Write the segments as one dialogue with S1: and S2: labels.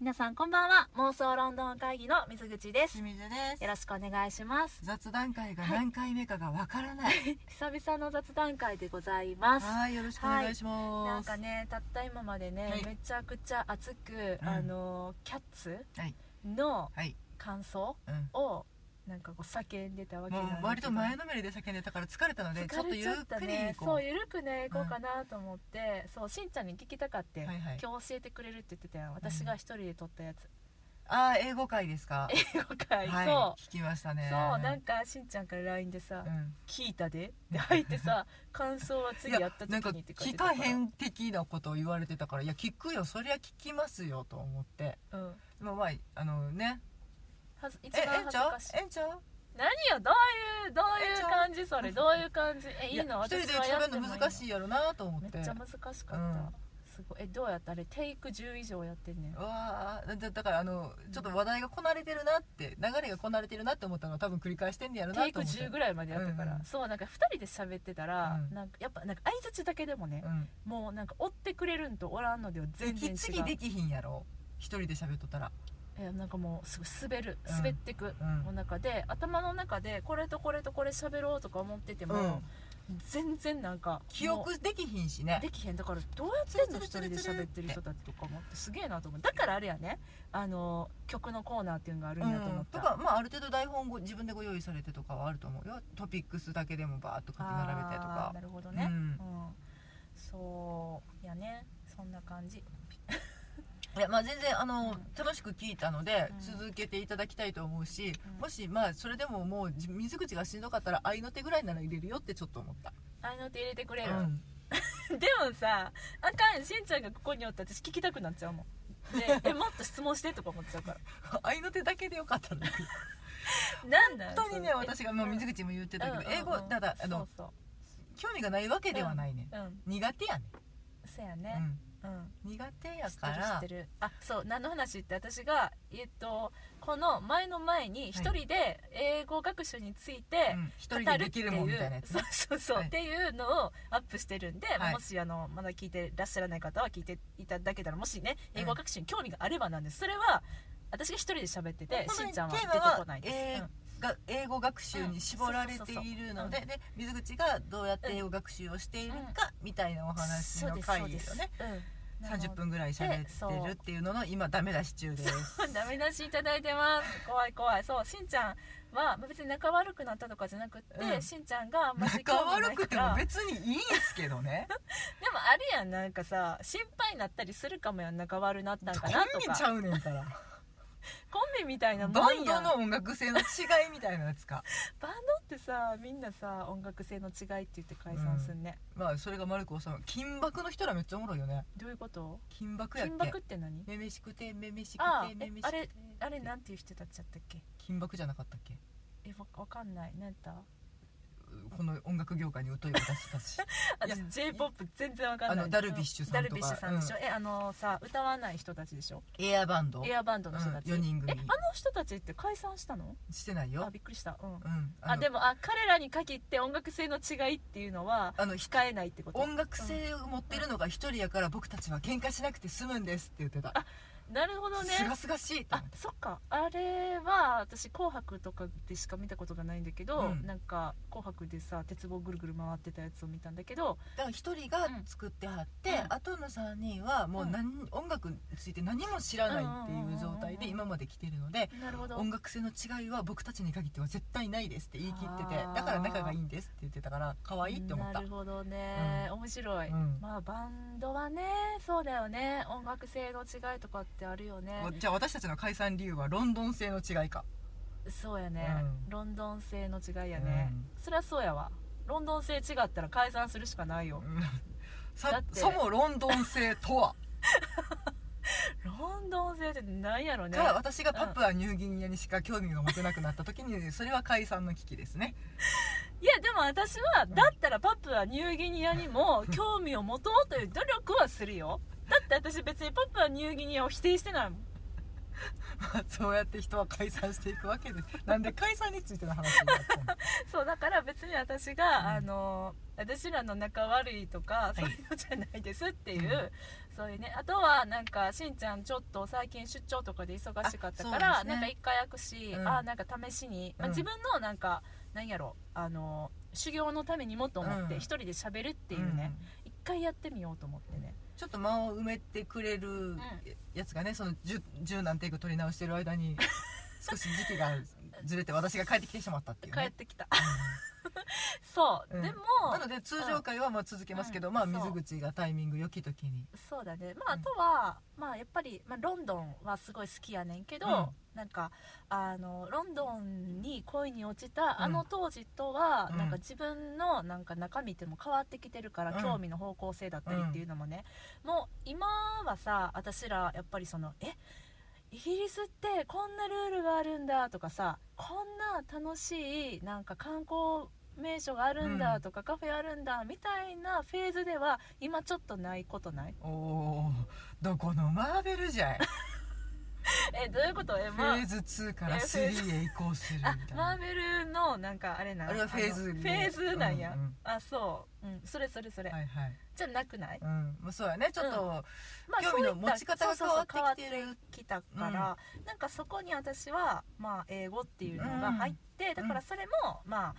S1: 皆さんこんばんは妄想ロンドン会議の水口です
S2: 清水です
S1: よろしくお願いします
S2: 雑談会が何回目かがわからない
S1: 久々の雑談会でございます
S2: はいよろしくお願いします、
S1: なんかねたった今までね、
S2: はい
S1: めちゃくちゃ熱く、
S2: うん
S1: あのキャッツ
S2: はい
S1: の
S2: はい、
S1: 感想
S2: うん
S1: をなんかこう叫んでたわけ
S2: も
S1: なんだけ
S2: う
S1: ど
S2: 割と前のめりで叫んでたから疲れたのでちょっ
S1: 疲
S2: と
S1: れ
S2: ゆ
S1: ち
S2: っ
S1: ゃった
S2: くりに
S1: ね
S2: 行こう
S1: そうゆるくね行こうかなと思って、そうしんちゃんに聞きたかって、
S2: はいはい、
S1: 今日教えてくれるって言ってたやん私が一人で撮ったやつ、
S2: ああ英語会ですか
S1: 英語会、
S2: はい
S1: そう
S2: 聞きましたね
S1: そうなんかしんちゃんから LINE でさ「
S2: うん
S1: 聞いたで」って入って さ「感想は次やった時
S2: なんか
S1: に」って書い
S2: 聞
S1: てた
S2: からへん的なことを言われてたからいや聞くよそりゃ聞きますよと思って
S1: うん
S2: でもまああのね
S1: はず一
S2: ええ
S1: 番
S2: ん
S1: 恥
S2: ち
S1: ず
S2: ゃう
S1: かしい
S2: えんちゃう
S1: 何よどういうどういう感じそれどういう感じえいい
S2: や
S1: の
S2: 一
S1: 私
S2: 人で
S1: はやって
S2: 喋る
S1: もい
S2: の
S1: いの
S2: 難しいやろなと思
S1: め
S2: っ
S1: ってちゃ難しかった、
S2: うん
S1: すごいえどうやったあれテイク10以上やってんねん
S2: うわあだだからあのちょっと話題がこなれてるなって流れがこなれてるなって思ったのは多分繰り返してんねやろ
S1: テ
S2: な
S1: イク
S2: と思って
S1: 10ぐらいまでやったから、
S2: うんうん
S1: そうなんか2人で喋ってたら、
S2: うん
S1: なんかやっぱなんか相づちだけでもね、
S2: うん
S1: もうなんか追ってくれるんとおらんのでは全然違
S2: 息
S1: う
S2: 継ぎできひんやろ一人で喋っとったら
S1: えなんかもうすごい滑る
S2: うん
S1: 滑ってく、
S2: うん
S1: の中で頭の中でこれとこれとこれ喋ろうとか思ってても、
S2: うん
S1: 全然なんか
S2: 記
S1: も
S2: 憶できひんし
S1: う
S2: ね
S1: できへんだからどうやっていつも一人で喋ってる人たちとかもってすげえなと思うだからあれやねあの曲のコーナーっていうのがある
S2: うん
S1: やと思
S2: ん
S1: っ、た、
S2: とかまあある程度台本ご自分でご用意されてとかはあると思うよトピックスだけでもバーっと書き並べてと
S1: あー
S2: か
S1: なるほど
S2: う
S1: ね、
S2: ん
S1: うんそうやねそんな感じ
S2: いやまあ全然あの、
S1: うん
S2: 楽しく聞いたので、
S1: うん
S2: 続けていただきたいと思うし、
S1: うん
S2: もしまあそれでももうじ水口がしんどかったら合いの手ぐらいなら入れるよってちょっと思った、
S1: あいの手入れてくれ
S2: う
S1: る、
S2: ん、
S1: でもさあかんしんちゃんがここにおって私聞きたくなっちゃうもんでえもっと質問してとか思っちゃうから
S2: 合いの手だけでよかったんだけど
S1: なんだよ
S2: 本当にね
S1: それ
S2: 私がもう水口も言ってたけど、
S1: うん
S2: 英語ただあの
S1: そう
S2: 興味がないわけではないね、
S1: そううん
S2: 苦手やね、
S1: そや
S2: う
S1: ね
S2: ん、
S1: うん
S2: 苦手
S1: 知
S2: や
S1: って
S2: か
S1: る知っ
S2: ら
S1: てるあそう何の話って私がえっとこの前の前に一人で英語学習について
S2: うん一
S1: 語
S2: 人
S1: る
S2: で
S1: って
S2: でき
S1: いう
S2: るもんみたいなやつ
S1: そうそうそう、
S2: はい
S1: っていうのをアップしてるんで、
S2: はい
S1: もしあのまだ聞いてらっしゃらない方は聞いていただけたらもしね英語学習に興味があればなんですそれは私が一人で喋ってて、
S2: 本当
S1: し
S2: に
S1: んちゃんは
S2: テ
S1: 出
S2: ー
S1: て
S2: マは
S1: こないです、
S2: 英
S1: うん
S2: が英語学習に絞られているので,、
S1: うん
S2: で水口がどうやって英語学習をしているかみたいなお話の回ですよね、、
S1: うん
S2: 30分ぐらい喋ってるっていうのの今ダメ出し中です
S1: ダメ出しいただいてます怖い怖いそうしんちゃんはまあ別に仲悪くなったとかじゃなくって、
S2: うん
S1: しんちゃんがあんまり興
S2: 仲
S1: 味な
S2: 悪
S1: いか
S2: くて
S1: ら
S2: も
S1: でも
S2: 別にいいんすけどね
S1: あるやんなんかさ心配になったりするかもやん仲悪なったん
S2: コ
S1: か
S2: ン
S1: なと
S2: ビち
S1: か
S2: ゃうねんから
S1: コンビみたいなも
S2: バ
S1: ん
S2: ン
S1: や
S2: ド
S1: ん
S2: の音楽性の違いみたいなやつか
S1: バンドってさみんなさ音楽性の違いって言って解散すんね、
S2: まあそれが丸く収まる金箔の人らめっちゃおもろいよね
S1: どういうこと
S2: 金箔やっ
S1: 金
S2: け
S1: 箔って何
S2: めめしくてめめしく
S1: あ
S2: て
S1: ー
S2: め
S1: え
S2: めしく
S1: あ
S2: て
S1: れあれなんていう人たちやったっけ
S2: 金箔じゃなかったっけ
S1: えわわかんない何やった
S2: この音楽業界に疎い私たちいや
S1: 私 j p o p 全然わかんない
S2: あのダルビッシュさん
S1: ダ
S2: とか
S1: ルビッシュさんでしょ、えあのさ歌わない人たちでしょ
S2: エアバンド
S1: エアバンドの人たち、
S2: うん、4人組
S1: えあの人たちって解散したの
S2: してないよ
S1: あびっくりしたうん
S2: うん
S1: あで
S2: も
S1: もあ彼らに限って音楽性の違いっていうのは
S2: あの
S1: 控えないってこと
S2: 音楽性を持ってるのが一人やから僕たちは喧嘩しなくて済むんですって言ってた
S1: なるほどね
S2: すがすがしいって
S1: あ
S2: 思って
S1: そっかあれは私「紅白」とかでしか見たことがないんだけど、
S2: うん
S1: なんか「紅白」でさ鉄棒ぐるぐる回ってたやつを見たんだけど
S2: だから一人が作ってはって、
S1: うん
S2: 後の3人はもう何、音楽について何も知らないっていう
S1: う
S2: 状態で
S1: んうんうんうん
S2: 今まで来てるので
S1: なるほど
S2: 音楽性の違いは僕たちに限っては絶対ないですって言い切ってて
S1: あー
S2: だから仲がいいんですって言ってたから可愛いって思った
S1: なるほどね、面白い、
S2: うん
S1: まあバンドはねそうだよね音楽性の違いとかってあるよね
S2: おじゃあ私たちの解散理由はロンドン性の違いか
S1: そうやね、
S2: うん
S1: ロンドン製の違いやね、そりゃそうやわロンドン製違ったら解散するしかないよ
S2: うん
S1: だ
S2: さ
S1: って
S2: そもロンドン性とは
S1: ロンドン製ってなんやろ ね
S2: か私がパプアニューギニアにしか興味が持てなくなった時にそれは解散の危機ですね
S1: いやでも私は
S2: ん
S1: だったらパプアニューギニアにも興味を持とうという努力はするよだって私別にパプアニューギニアを否定してないもん
S2: まあそうやって人は解散していくわけですなんで解散についての話になったの
S1: そうだから別に私が、
S2: うん
S1: あの私らの仲悪いとか
S2: い
S1: そういうのじゃないですっていう、
S2: うん
S1: そういうねあとはなんかしんちゃんちょっと最近出張とかで忙しかったから
S2: あそうですね
S1: なんか一回開くし、
S2: うん
S1: あなんか試しに、まあ
S2: うん
S1: 自分のなんかなんやろあの修行のためにもと思って
S2: うん
S1: 一人で喋るっていうね
S2: うん
S1: 一、回やってみようと思ってね
S2: ちょっと間を埋めてくれる
S1: ん
S2: やつがねその 10, 10何テイク取り直してる 間に少し時期がずれて私が帰ってきてしまったっていう、
S1: 帰っ
S2: ね、
S1: てきた そう、
S2: うん
S1: でも
S2: なので通常会はまあ続けますけど、
S1: うん
S2: まあ
S1: そう
S2: 水口がタイミング良き時に
S1: そうだねまああ
S2: うん
S1: とは、まあやっぱり、まあ、ロンドンはすごい好きやねんけど、
S2: うん
S1: なんかあのロンドンに恋に落ちた
S2: うん
S1: あの当時とは、
S2: うん
S1: なんか自分のなんか中身っても変わってきてるから、
S2: うん
S1: 興味の方向性だったりっていうのもね、もう今はさ私らやっぱりそのえイギリスってこんなルールがあるんだとかさこんな楽しいなんか観光名所があるんだとか、カフェあるんだみたいなフェーズでは今ちょっとないことない
S2: おおーどこのマーベルじゃい
S1: えどういう ことえ
S2: フ
S1: まあ
S2: ェーズ2から
S1: えフェーズ
S2: 3へ移行するみ
S1: あ
S2: たい
S1: マ
S2: な
S1: ーベルのなんかあれなん
S2: あれはフェーズ
S1: のフェーズなんや、
S2: うんうん
S1: あそう、うん、それそれそれ、
S2: はいはい
S1: じゃなくない、
S2: うんまあ、そうやねちょっと、
S1: ま
S2: 興味の持ち方が
S1: そういった
S2: 変わってきて
S1: そ
S2: る
S1: うそう変わってきたから、なんかそこに私は、まあ、英語っていうのが入って、だからそれも、まあ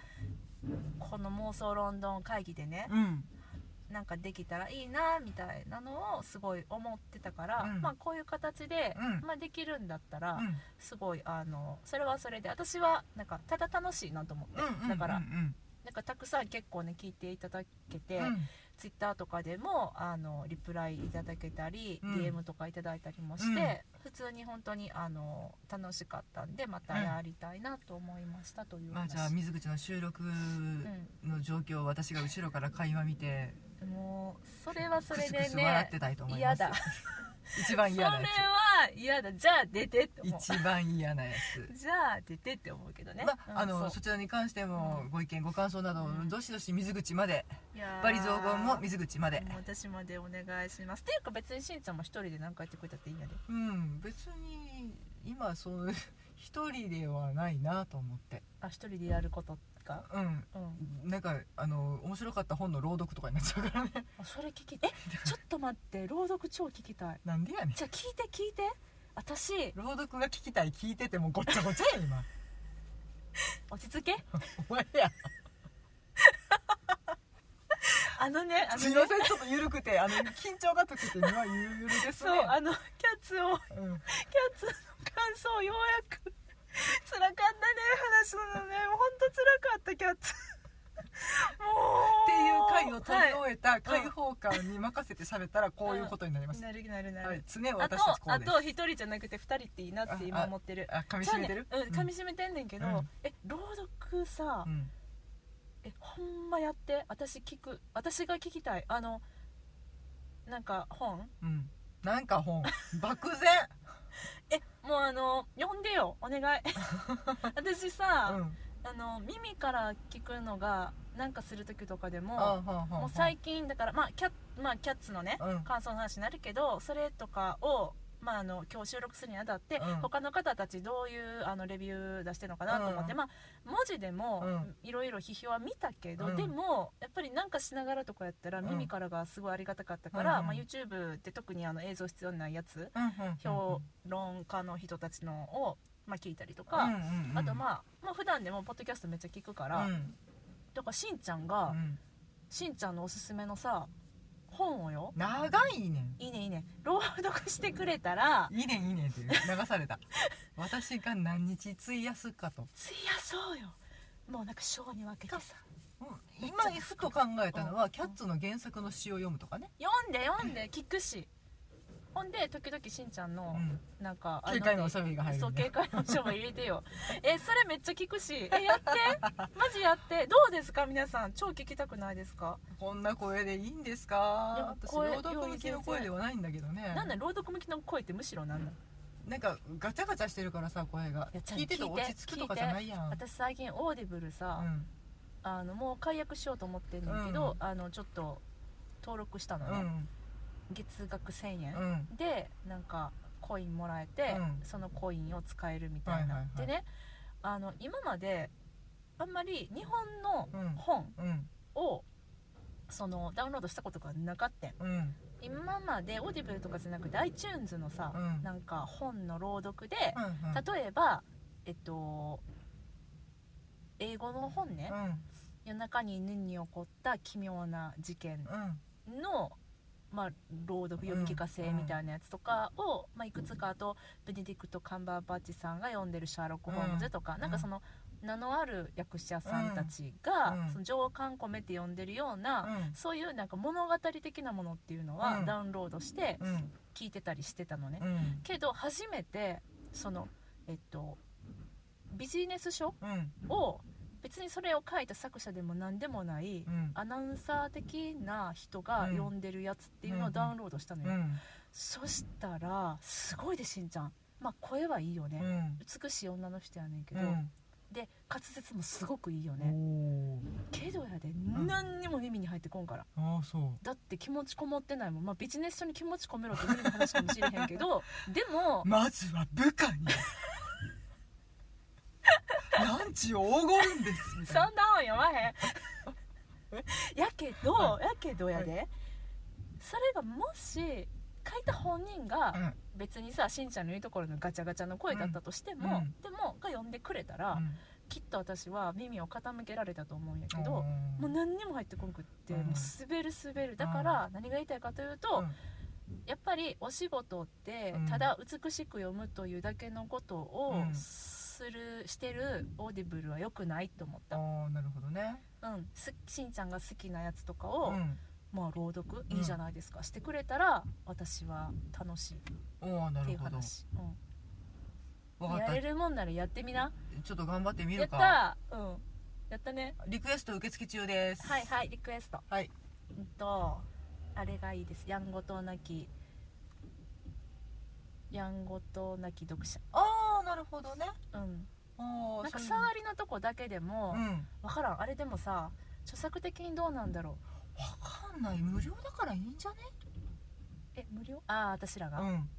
S1: この妄想ロンドン会議でね、
S2: うん
S1: なんかできたらいいなみたいなのをすごい思ってたから、
S2: うん
S1: まあこういう形で、
S2: うん
S1: まあ、できるんだったら、
S2: うん
S1: すごいあのそれはそれで私はなんかただ楽しいなと思って、
S2: うんうん
S1: だから
S2: うん
S1: なんかたくさん結構ね聞いていただけて、
S2: うんうん
S1: ツイッターとかでもあのリプライいただけたり、
S2: うん
S1: DM とかいただいたりもして、普通に本当にあの楽しかったんでまたやりたいなと思いましたという
S2: まあ
S1: 話、
S2: じゃあ水口の収録の状況を私が後ろから会話見て
S1: うん、もうそれはそ
S2: ク
S1: れ
S2: ス
S1: で
S2: クス笑っ
S1: ね
S2: てたいと思いま
S1: 嫌
S2: す
S1: だ
S2: 一
S1: そ
S2: 番
S1: れ
S2: 嫌な
S1: は
S2: や
S1: 嫌だじゃあ出てって
S2: つ
S1: 思う
S2: 一番嫌なやつ
S1: じゃあ出てって思うけどね、
S2: ま
S1: うん
S2: あ、あの
S1: そう
S2: そちらに関しても
S1: うん
S2: ご意見ご感想など
S1: うん
S2: どしどし水口まで
S1: いやー
S2: バリ雑言も水口まで
S1: もう私までお願いしますっていうか別にしんちゃんも一人で何かやってくれたっていいんやで
S2: うん別に今そう一人ではないなと思って
S1: あ一人でやることか
S2: うん
S1: うん
S2: なんかあの面白かった本の朗読とかになっちゃうからね
S1: あそれ聞きえちょっと待って朗読超聞きたい
S2: なんでやねん
S1: じゃあ聞いて聞いて私
S2: 朗読が聞きたい聞いててもごっちゃごちゃや今
S1: 落ち着け
S2: お前や
S1: あのねあの
S2: すい
S1: ね
S2: ませんちょっと緩くてあの緊張が解けて今ゆるゆるです
S1: そう
S2: ね
S1: あのキャッツを
S2: うん、うん
S1: キャッツの感想をようやく辛かったね話なのねもうほんと辛かったキャッツもう
S2: っていう回を取り
S1: は
S2: 終えた開放感に任せて喋ったらこういうことになりま
S1: い
S2: す、
S1: なるなるなる、
S2: はい、常
S1: あと
S2: 私たちこう
S1: あ
S2: です
S1: と一人じゃなくて二人っていいなって今思ってる
S2: あ噛み締めてる、
S1: じゃあねうん噛み締めてんねんけど、
S2: うん
S1: え朗読さ、
S2: うん
S1: えほんまやって私聞く私が聞きたいあのなんか本
S2: うんなんか本漠然
S1: えもうあの読んでよお願い 私さ、
S2: うん
S1: あの耳から聞くのがなんかする時とかで
S2: あ
S1: も
S2: はんはんはん
S1: もう最近だからまあキャ,、まあ、キャッツのね、
S2: うん
S1: 感想の話になるけどそれとかを、まあ、あの今日収録するにあたって、
S2: うん
S1: 他の方たちどういうあのレビュー出してるのかなと思って、
S2: うん
S1: まあ、文字でも
S2: うん
S1: いろいろ批評は見たけど、
S2: うん
S1: でもやっぱりなんかしながらとかやったら
S2: うん
S1: 耳からがすごいありがたかったから、
S2: うん
S1: まあ、YouTube って特にあの映像必要ないやつ
S2: うんうん
S1: 評論家の人たちのを、まあ、聞いたりと
S2: うんう
S1: か、
S2: んうん
S1: あとまあ、まあ、普段でもポッドキャストめっちゃ聞くから、
S2: うん
S1: だからしんちゃん
S2: う
S1: が、
S2: ん
S1: しんちゃんのおすすめのさ本をよ
S2: 長いねん
S1: いいねいいね朗読してくれたら
S2: いいねんいいねんっていう流さ れた私が何日費やすかと、
S1: つやそうよもうなんか章に分けてさ
S2: うん、今ふと考えたのはキャッツの原作の詩を読むとかね、
S1: 読んで読んで聞くしほんで時々しんちゃん
S2: う
S1: の
S2: ん、
S1: なんか、あ
S2: 警戒のおしゃべりが入る
S1: そう
S2: ね
S1: 警戒の書も入れ てよえそれめっちゃ聞くしえやってマジやってどうですか皆さん超聞きたくないですか
S2: こんな声でいいんです
S1: いや
S2: か私
S1: 声
S2: 朗読向きの声ではないんだけどね
S1: なんだ朗読向きの声ってむしろなんだ
S2: なんかガチャガチャしてるからさ声が
S1: いやちゃん
S2: 聞いてて
S1: 聞いて
S2: 落ち着くとかじゃないやん
S1: 私最近オーディブルさ、あのもう解約しようと思ってんねんけど、あのちょっと登録したの
S2: うん
S1: ね、
S2: うん
S1: 月額1000円、
S2: うん
S1: でなんかコインもらえて、
S2: うん
S1: そのコインを使えるみたいな、
S2: はいはいは
S1: で
S2: い
S1: ねあの今まであんまり日本の
S2: うん
S1: 本
S2: うん
S1: をそのダウンロードしたことがなかったん
S2: うん
S1: 今までオーディブルとかじゃなくて iTunes のさ、
S2: うん
S1: なんか本の朗読で、
S2: うんうん
S1: 例えばえっと英語の本ね、
S2: うん
S1: 夜中に犬に起こった奇妙な事件
S2: うん
S1: の、まあ、朗読読み聞かせみたいなやつとかを、まあ、いくつかあとベネディクト・カンバーバッチさんが読んでる「シャーロック・ホームズ」とか、
S2: ん
S1: なんかその名のある役者さんたちが、
S2: うん
S1: その情感込めて読んでるような、
S2: う
S1: そういうなんか物語的なものっていうのは
S2: うん
S1: ダウンロードして
S2: ん
S1: 聞いてたりしてたのね、
S2: うん
S1: けど初めてそのえっとビジネス書
S2: うん
S1: を別にそれを書いた作者でも何でもない
S2: うん
S1: アナウンサー的な人が
S2: うん
S1: 読んでるやつっていうの
S2: う
S1: を
S2: ん
S1: ダウンロードしたの
S2: う
S1: よ、
S2: ん
S1: そしたらすごいでしんちゃんまあ声はいいよね、
S2: うん
S1: 美しい女の人やねんけ
S2: う
S1: ど、
S2: ん
S1: で滑舌もすごくいいよ
S2: お
S1: ね
S2: ー
S1: けどやで
S2: ん
S1: 何にも耳に入ってこんから
S2: ああそう
S1: だって気持ちこもってないもん、まあ、ビジネス書に気持ち込めろって無理な話かもしれへんけ どでも
S2: まずは部下 にランチ黄金ですみ
S1: そ
S2: た
S1: ん
S2: い
S1: な
S2: な
S1: 本読まへ んやけど、
S2: は
S1: やけどやで、それがもし書いた本人が別にさしんちゃんの言うところのガチャガチャの声だったとしても、
S2: うん
S1: でもが読んでくれたら、きっと私は耳を傾けられたと思うんやけど、もう何にも入ってこなくって、
S2: うん
S1: もう滑る滑るだから何が言いたいかというと、やっぱりお仕事って
S2: うん
S1: ただ美しく読むというだけのことを
S2: うん
S1: する、してるオーディブルは良くないと思っ
S2: あ
S1: た、
S2: あなるほどね
S1: うん、すしんちゃんが好きなやつとか
S2: う
S1: を、
S2: ん
S1: まあ、朗読
S2: うん
S1: いいじゃないですか、してくれたら私は楽しいっ
S2: おおな
S1: ていう
S2: るほど
S1: 話、うん、
S2: わか
S1: や
S2: っ
S1: れるもんならやってみな
S2: たちょっと頑張ってみ
S1: や
S2: る
S1: っ
S2: か
S1: たうんやったね
S2: リクエスト受付中です
S1: はいはいリクエスト
S2: はい
S1: うんとあれがいいですやんごとなきやんごとなき読者
S2: ああなるほどね
S1: うん
S2: おお
S1: なんか触りのとこだけで
S2: う
S1: も、
S2: んわ
S1: 分からんあれでもさ著作的にどうなんだろ
S2: かんない無料だからいいんじゃね
S1: うえ無料ああ私らが、
S2: うん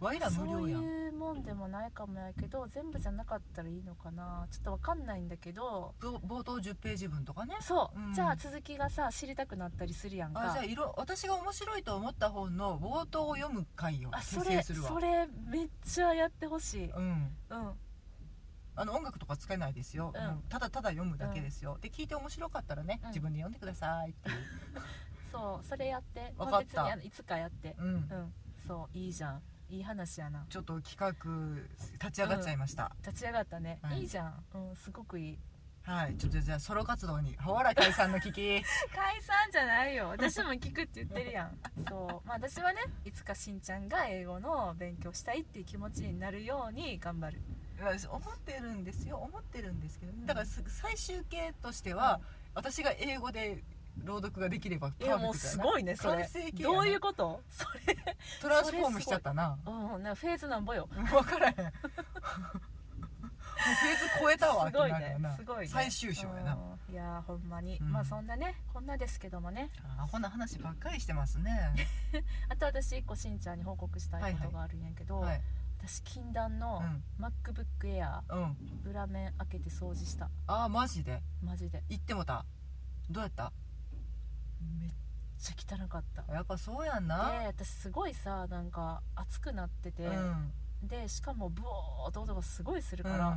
S2: わいら無料や
S1: そうんいうもんでもないかもやけど全部じゃなかったらいいのかなちょっと分かんないんだけど
S2: ぼ冒頭10ページ分とかね
S1: そう、
S2: うん
S1: じゃあ続きがさ知りたくなったりするやん
S2: あ
S1: か
S2: じゃあいろ私が面白いと思った本の冒頭を読む回を
S1: あそ
S2: 訂
S1: れ
S2: 正するわ
S1: それめっちゃやってほしい
S2: うん
S1: うん
S2: あの音楽とかつけないですよ、
S1: うん
S2: もうただただ読むだけですよ、で聞いて面白かったらね、
S1: うん
S2: 自分で読んでください っていう
S1: そうそれやって
S2: わかった
S1: まあ別にあのいつかやって
S2: うん、
S1: うんそういいじゃんいい話やな
S2: ちょっと企画立ち上がっちゃいました、
S1: 立ち上がったね、
S2: はい
S1: いいじゃん、うん、すごくいい
S2: はいちょっとじゃあソロ活動に「わら解散の 危機
S1: 解散じゃない よ私も聞くって言ってるやんそう、まあ、私はねいつかしんちゃんが英語の勉強したいっていう気持ちになるように頑張る」
S2: 私思ってるんですよ思ってるんですけど、ね、だからす最終形としては、私が英語で朗読ができればパ
S1: い
S2: ーフェ
S1: や
S2: クト
S1: もうすごいねそ
S2: 完
S1: れ
S2: 成形やな
S1: どういうことそれ
S2: トランスフォームしちゃったな
S1: うんなんかフェーズなんぼよ
S2: 分からへんもうフェーズ超えたわ
S1: すごい
S2: ってなる
S1: ね
S2: よな
S1: すごいね
S2: 最終章やな、
S1: うんいやーほんまに、
S2: うん
S1: まあそんなねこんなですけどもね
S2: あこんな話ばっかりしてますね
S1: あと私一個しんちゃんに報告したいことがあるんやけど、
S2: はい
S1: 私禁断の MacBook Air
S2: うんうん
S1: 裏面開けて掃除した
S2: ああマジで
S1: マジで
S2: 行ってもたどうやった
S1: めっちゃ汚かった
S2: やっぱそうやんな
S1: で私すごいさなんか暑くなってて、
S2: うん
S1: でしかもブオーっと音がすごいする
S2: う
S1: か
S2: ん
S1: ら、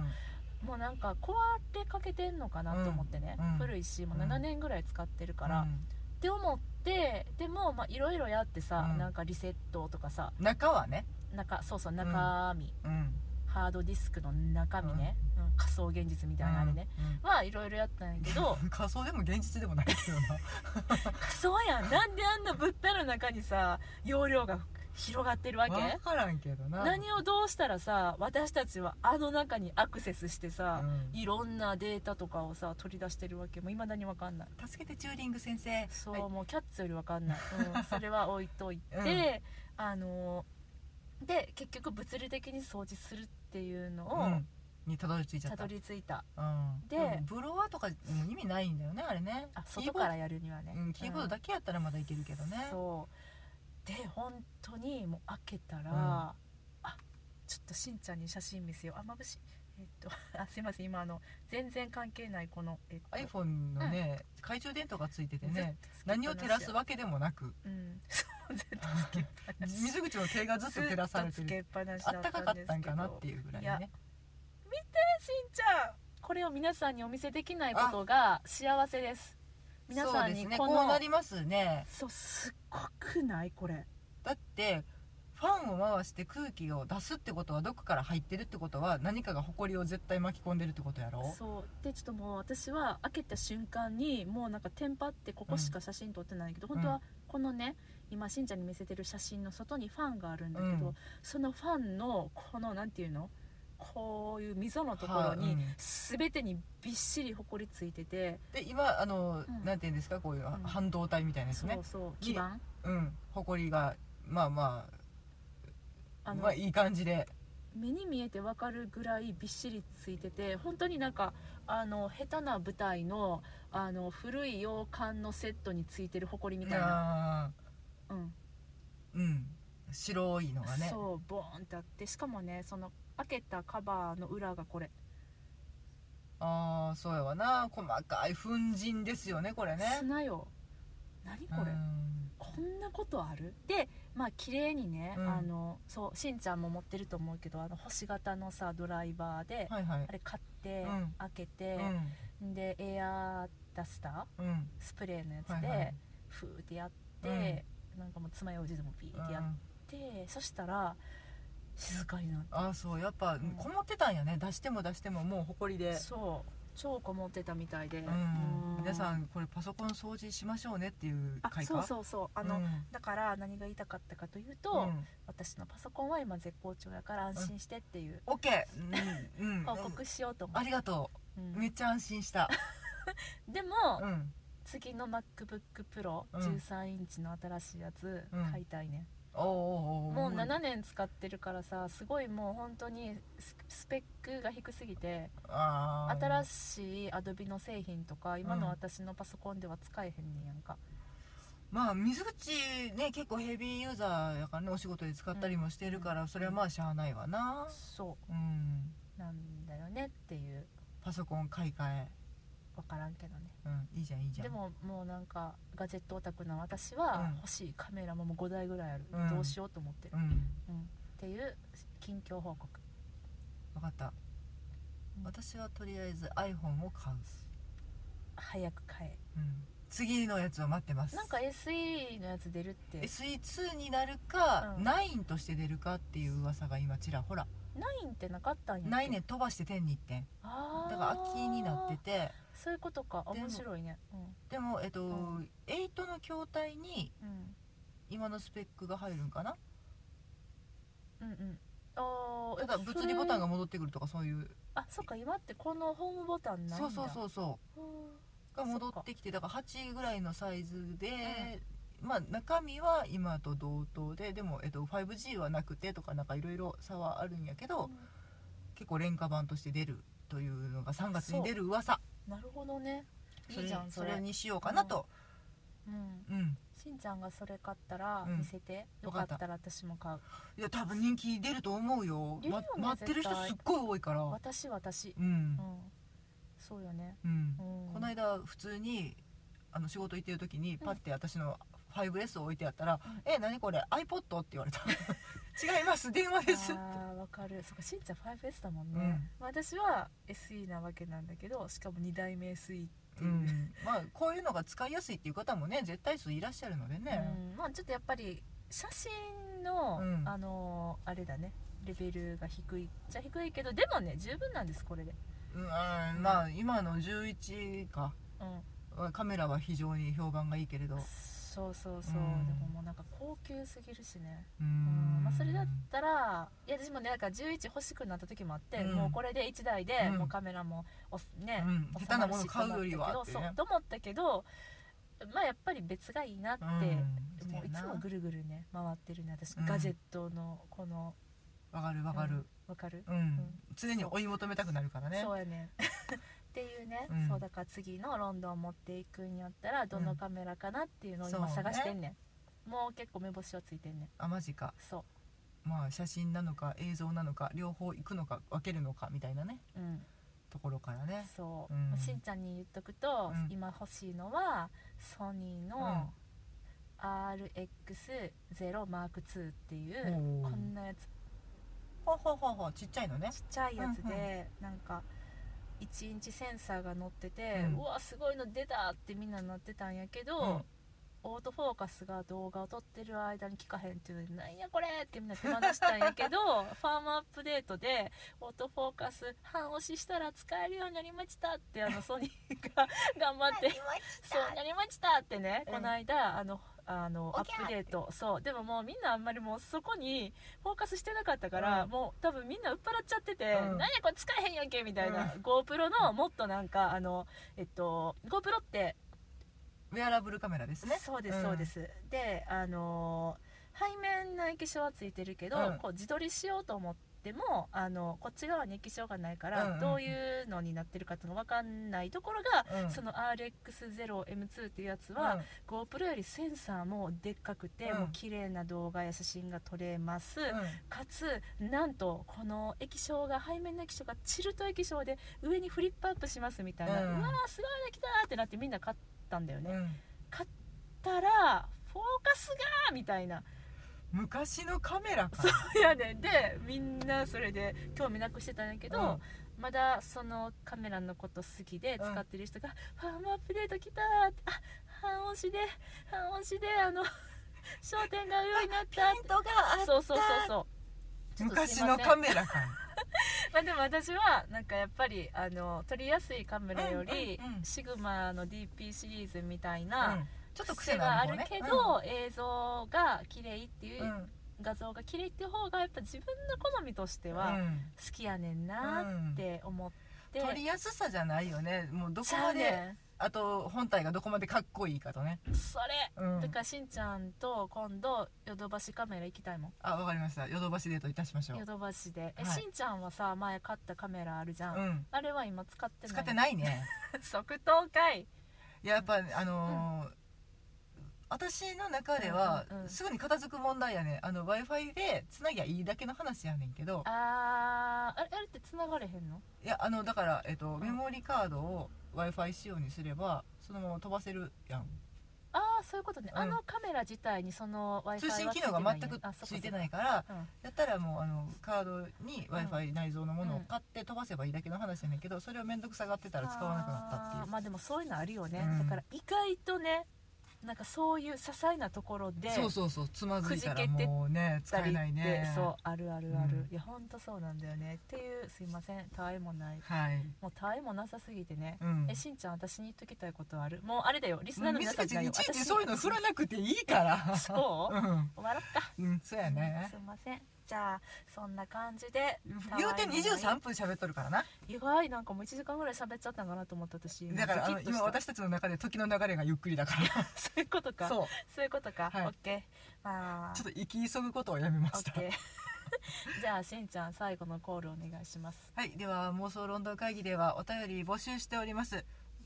S1: もうなんか壊れかけてんのかなと思ってね、
S2: うんうん
S1: 古いしもう
S2: うん
S1: 7年ぐらい使ってるから、
S2: う
S1: っ
S2: ん
S1: て思ってでもまあいろいろやってさ、
S2: うん
S1: なんかリセットとかさ
S2: 中はね
S1: 中そうそう中身、
S2: うん
S1: ハードディスクの中身ね、うん仮想現実みたいなあれね、
S2: うん
S1: はいろいろやったんやけ ど
S2: 仮想でも現実でもないけどな
S1: 仮想やんなんであんな物体の中にさ容量が広がって るわけ
S2: 分からんけどな
S1: 何をどうしたらさ私たちはあの中にアクセスしてさ
S2: う、ん
S1: いろんなデータとかをさ取り出してるわけもいまだに分かんない
S2: 助けてチューリング先生
S1: そう、
S2: はい
S1: もうキャッツより分か んない、うん、それは置いといて、あのーで結局物理的に掃除するっていうの
S2: う
S1: を
S2: んにたどり着いちゃ
S1: た
S2: った
S1: どり着いた、
S2: うん
S1: で
S2: もブロワーとかもう意味ないんだよねあれね
S1: あ外から
S2: キーボー
S1: やるにはね、
S2: ドうんキーボードだけやったらまだいけるけどね
S1: そうで本当にもう開けたら、
S2: うん
S1: あちょっとしんちゃんに写真見せようあ眩しいええっと、 あすいません今あの全然関係ないこの、えっと、
S2: iPhone のね、懐中電灯がついててね
S1: ずっと
S2: 何を照らすわけでもなく
S1: うんそうずっとつけっぱなし
S2: 水口の手がずっと照らされて
S1: ずっとつけ
S2: る
S1: っぱなし
S2: あ
S1: だ
S2: ったかかったんかなって
S1: いう
S2: いうぐらい
S1: いや
S2: ね
S1: しんちゃんこれを皆さんにお見せできないことが幸せです皆さんに
S2: そうですね
S1: こ
S2: こう
S1: の
S2: なりますね
S1: そうすっごくないこれ
S2: だってファンを回して空気を出すってことはどこから入ってるってことは何かが埃を絶対巻き込んでるってことやろ
S1: そうでちょっともう私は開けた瞬間にもうなんかテンパってここしか写真撮ってないけど、本当
S2: うん
S1: はこのね今しんちゃんに見せてる写真の外にファンがあるんだけど、
S2: うん
S1: そのファンのこのなんていうのこういう溝のところ
S2: はいう
S1: に
S2: ん
S1: 全てにびっしりほこりついてて、
S2: で今あの、
S1: うん
S2: なんていうんですかこういう
S1: うん
S2: 半導体みたいなやつ
S1: そう
S2: ね
S1: そう基
S2: き
S1: 盤
S2: うん埃がまあまあ
S1: あの、
S2: まあいい感じで
S1: 目に見えてわかるぐらいびっしりついてて本当になんかあの下手な舞台のあの古い洋館のセットについてるほこりみたいな、
S2: な
S1: うん
S2: うん白いのがね
S1: そうボーンってあってしかもねその開けたカバーの裏がこれ、
S2: ああそうやわな細かい粉塵ですよねこれね
S1: 砂よ何これ、
S2: うん
S1: こんなことあるでまあ綺麗にね、
S2: うん
S1: あのそうしんちゃんも持ってると思うけどあの星型のさドライバーで、
S2: はいはい
S1: あれ買って、
S2: うん
S1: 開けて、
S2: うん
S1: でエアダスター
S2: んうん
S1: スプレーのやつで、
S2: はいはい
S1: ふーってやって、なんかもう爪楊枝でもピーってや
S2: う
S1: っ
S2: ん
S1: て、そしたら静かになっ
S2: ああそうやっぱ
S1: ん
S2: こもってたんやね出しても出してももうほこり
S1: て
S2: で
S1: そう超こもってたみたいで、
S2: うん皆さ
S1: ん
S2: んこれパソコン掃除しましょうねっていう
S1: あ
S2: 会
S1: そう
S2: か
S1: そうそうあの、だから何が言いたかったかというと、
S2: うん
S1: 私のパソコンは今絶好調やから安心してっていう
S2: オッケーうんうん
S1: 報告しようと思
S2: あ
S1: う、
S2: りがと
S1: うん
S2: うめっちゃ安心した
S1: でも、
S2: うん
S1: 次の MacBookPro13、13インチの新しいやつ
S2: うん
S1: 買いたいね、
S2: おーおーおー
S1: もう7年使ってるからさすごいもう本当にススペックが低すぎて
S2: あー
S1: 新しい Adobe の製品とか今
S2: う
S1: の
S2: ん
S1: 私のパソコンでは使えへんねんやんか、
S2: まあ水口ね結構ヘビーユーザーやからねお仕事で使ったりもしてるから、それはまあしゃあないわな
S1: そ
S2: うん
S1: うなんだよねっていう
S2: パソコン買い替え
S1: 分からんけどね
S2: うんいいじゃんいいじゃん
S1: でももうなんかガジェットオタクな私は
S2: うん
S1: 欲しいカメラももう5台ぐらいある、
S2: うん
S1: どうしようと思ってる
S2: う、ん
S1: うんっていう近況報告
S2: 分かった
S1: うん
S2: 私はとりあえず iPhone を買う、
S1: 早く買え
S2: うん、次のやつを待ってます
S1: なんか SE のやつ出るって
S2: SE2 になるか、
S1: うん
S2: 9として出るかっていう噂が今ちらほら
S1: 9ってなかったんやっけ
S2: 9年飛ばして天に1点
S1: あ
S2: だ
S1: ー
S2: から秋になってて
S1: そういうことか
S2: でも
S1: 面白いねう
S2: でもえっと、
S1: う
S2: 8の筐体に
S1: んうん
S2: 今のスペックが入るんかな
S1: うんうんあ
S2: ただ物理ボタ
S1: が
S2: ンが戻ってくるとかそういう
S1: あそっか今ってこのホームボタンないん
S2: そ
S1: だ
S2: うそうそううそ
S1: ん
S2: うが戻ってきてだから8ぐらいのサイズで、まあ中身は今と同等ででも、えっと、5G はなくてとかなんかいろいろ差はあるんやけど、結構廉価版として出るというのが3月に出る噂
S1: なるほどね
S2: そ
S1: い
S2: れ
S1: いじゃんそ
S2: そ
S1: れ
S2: れにしようかなと、
S1: うん
S2: うん
S1: しんちゃんがそれ買ったら
S2: うん
S1: 見せて、よ
S2: わ
S1: か
S2: か
S1: っ
S2: ったた
S1: ら私も買う
S2: いや多分人気出ると思うよ
S1: 出るよね
S2: ま待ってる人すっごい多いから
S1: 私私
S2: う
S1: うんん、そうよね、
S2: うん
S1: うん、
S2: この間普通にあの仕事行ってる時に
S1: うん
S2: パッて私の 5S を置いてあったら「
S1: うん
S2: え何これ iPod?」って言われた 「違います電話です」って
S1: あーわかるそっかしんちゃん 5S だもんね、
S2: うん
S1: まあ私は SE なわけなんだけどしかも2代目 SE っていう、
S2: うん、まあこういうのが使いやすいっていう方もね絶対数いらっしゃるのでね、
S1: うんまあちょっとやっぱり写真の、
S2: うん
S1: あのーあれだねレベルが低いじゃ低いけどでもね十分なんですこれで、
S2: うんまあ今の11か
S1: うん、
S2: カメラは非常に評判がいいけれど
S1: そうそうそう、
S2: うん
S1: でももうなんか高級すぎるしね、
S2: う
S1: うん
S2: ん、
S1: まあ、それだったらいや私もねなんか11欲しくなった時もあって、
S2: うん
S1: もうこれで1台で、
S2: うん
S1: もうカメラもおすね、
S2: うん
S1: 収
S2: 下手
S1: ま
S2: な
S1: る
S2: もの
S1: し
S2: 買うよりは
S1: と思
S2: っ
S1: ってたけどそ
S2: ね
S1: うと思ったけどまあやっぱり別がいいなって、
S2: うん
S1: もういつもぐるぐるね回ってるね私、ガジェットのこの
S2: わかるわかる、
S1: わかる
S2: うん常に追い求めたくなるからね
S1: そうやねっていうね、
S2: うん
S1: そうだから次のロンドン持っていくんやったらどのカメラかなっていうのを
S2: そう
S1: 今
S2: ね
S1: 探してんねん、もう結構目星はついてんねん
S2: あマジか
S1: そう
S2: まあ写真なのか映像なのか両方行くのか分けるのかみたいなね
S1: うん、
S2: ところからね
S1: そう、
S2: うん
S1: しんちゃんに言っとくと、
S2: うん
S1: 今欲しいのはソニーの RX0M2 っていう、
S2: おー
S1: こんなやつ
S2: ほうほうほうほうちっちゃいのね
S1: ちっちゃいやつで、なんか1インチセンサーが乗ってて、
S2: う
S1: うんわすごいの出たってみんななってたんやけど、
S2: うん
S1: オートフォーカスが動画を撮ってる間に聞かへんっていうので「なんやこれ!」ってみんな手放したんや けどファームアップデートでオートフォーカス半押ししたら使えるようになりましたってあのソニー が頑張ってそうなりましたってね、
S2: うん
S1: この間あのあのア
S2: お
S1: ッ
S2: ぎゃー
S1: プデートそうでももうみんなあんまりもうそこにフォーカスしてなかったから、
S2: うん
S1: もう多分みんな売っ払っちゃってて、
S2: うん
S1: なんやこれ使えへんやんけみたいな、
S2: う
S1: GoPro のもっとなんかあのえっと GoPro って
S2: ウェアラブルカメラですね
S1: そうです
S2: ん
S1: そうです、であのー背面の液晶はついてるけど、
S2: うん
S1: こう自撮りしようと思ってもあのこっち側に液晶がないから、
S2: うんうんうん
S1: どういうのになってるかっていうのが分かんないところが、
S2: うん
S1: その RX0M2 っていうやつは、GoPro よりセンサーもでっかくて、
S2: うん
S1: もう綺麗な動画や写真が撮れます、
S2: うんうん
S1: かつなんとこの液晶が背面の液晶がチルト液晶で上にフリップアップしますみたいな、
S2: う
S1: うんわーすごいの来たーってなってみんな買ったんだよね、
S2: うん
S1: 買ったらフォーカスがーみたいな
S2: 昔のカメラか
S1: いやねでみんなそれで興味なくしてたんやけど、
S2: うん
S1: まだそのカメラのこと好きで
S2: うん
S1: 使ってる人が「ファームアップデート来た!」って「あ半押しで半押しであの 焦点が上になった」
S2: トがあ
S1: そうそうそうそうちょっとす
S2: 昔
S1: いま
S2: の
S1: せん
S2: カメラか
S1: まあでも私はなんかやっぱりあの撮りやすいカメラより、
S2: うんうんうん
S1: シグマの DP シリーズみたい
S2: うん
S1: な、
S2: ちょっと
S1: 癖
S2: 癖
S1: が
S2: が
S1: あ
S2: ある
S1: る
S2: 方ね
S1: けど、映像が綺麗っていう、
S2: うん
S1: 画像が綺麗っていう方がやっぱ自分の好みとして
S2: う
S1: は
S2: ん
S1: 好きやねんな
S2: うん
S1: って思って、
S2: 撮りやすさじゃないよねもうどこ
S1: ちゃ
S2: ま
S1: う
S2: で
S1: ね
S2: あと本体がどこまでかっこいいかとね
S1: んそれ、
S2: うん
S1: だからしんちゃんと今度ヨドバシカメラ行きたいもん
S2: あわかりましたヨドバシデートいたしましょ
S1: ヨ
S2: う
S1: ドバシでえ、
S2: はい
S1: しんちゃんはさ前買ったカメラあるじゃん、
S2: うん
S1: あれは今使ってない
S2: 使ってないね
S1: 即答かい
S2: いややっぱあのー私の中では
S1: うんうんうん
S2: すぐに片付く問題やねあの w i f i でつなぎゃいいだけの話やねんけど
S1: あーあれあれって繋がれへんの
S2: いやあのだから、えっと、
S1: ん
S2: メモリカードを w i f i 仕様にすればそのまま飛ばせるやん
S1: ああそういうことね、
S2: うん
S1: あのカメラ自体にその w i
S2: 通
S1: f i
S2: 信機能が全くついてないから
S1: うん
S2: やったらもうあのカードに w i f i 内蔵のものを
S1: うん
S2: 買って飛ばせばいいだけの話やねんけどそれを面倒くさがってたら使わなくなった
S1: あ
S2: っ
S1: ー
S2: ていう
S1: まあでもそういうのあるよね、
S2: うん
S1: だから意外とねなんかそういう些細なところで
S2: そうそうそうつまずいたら
S1: くじけて
S2: もうね使
S1: た
S2: え
S1: りって
S2: ないね
S1: そうあるあるある、
S2: うん
S1: いやほんとそうなんだよねっていうすいませんたわいもない
S2: はい
S1: もうたわいもなさすぎてね、
S2: うん
S1: えしんちゃん私に言っときたいことあるもうあれだよリスナーの
S2: み
S1: 皆
S2: す
S1: さん
S2: かちゃ
S1: だ
S2: ん
S1: よ
S2: いちいち
S1: 私
S2: そういうの振らなくていいから
S1: そう、
S2: うん
S1: 終わろっか
S2: うんそうやね
S1: すいませんじゃあそんな感じで
S2: 言うて
S1: たわいもない
S2: 23分喋っとるからな
S1: 意外なんかもう1時間ぐらい喋っちゃったんかなと思った私
S2: だからあの
S1: ドキッとし
S2: 今
S1: た
S2: 私たちの中で時の流れがゆっくりだか
S1: そういうこと
S2: ら
S1: かそう
S2: そう
S1: いうことか、
S2: はい
S1: オッケーまあ
S2: ちょっと行き急ぐことをやめま
S1: オ
S2: した
S1: ッケー じゃあしんちゃん最後のコールお願いします
S2: はい、では妄想ロンドン会議ではお便り募集しております。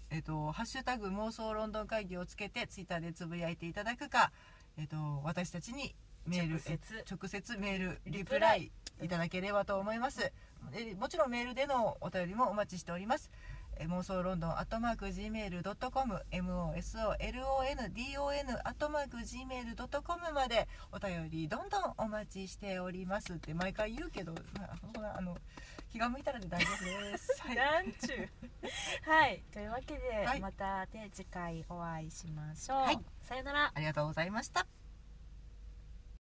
S2: えっとハッシュタグ妄想ロンドン会議をつけてツイッターでつぶやいていただくか、えっと私たちにメール
S1: 直接
S2: え直接メールリ
S1: リ
S2: プ
S1: プ
S2: ラ
S1: ラ
S2: イいただければと思います。えもちろんメールでのお便りもお待ちしております。え妄想ロンドンアットマーク gmail ドットコム m o s o l o n d o n アットマーク gmail ドットコムまでお便りどんどんお待ちしておりますって毎回言うけど、まあ、ほらあの気が向いたらで大丈夫です。 はい
S1: なんちゅ うはいというわけで、
S2: はい
S1: またで次回お会いしましょう、
S2: はい
S1: さよなら
S2: ありがとうございました。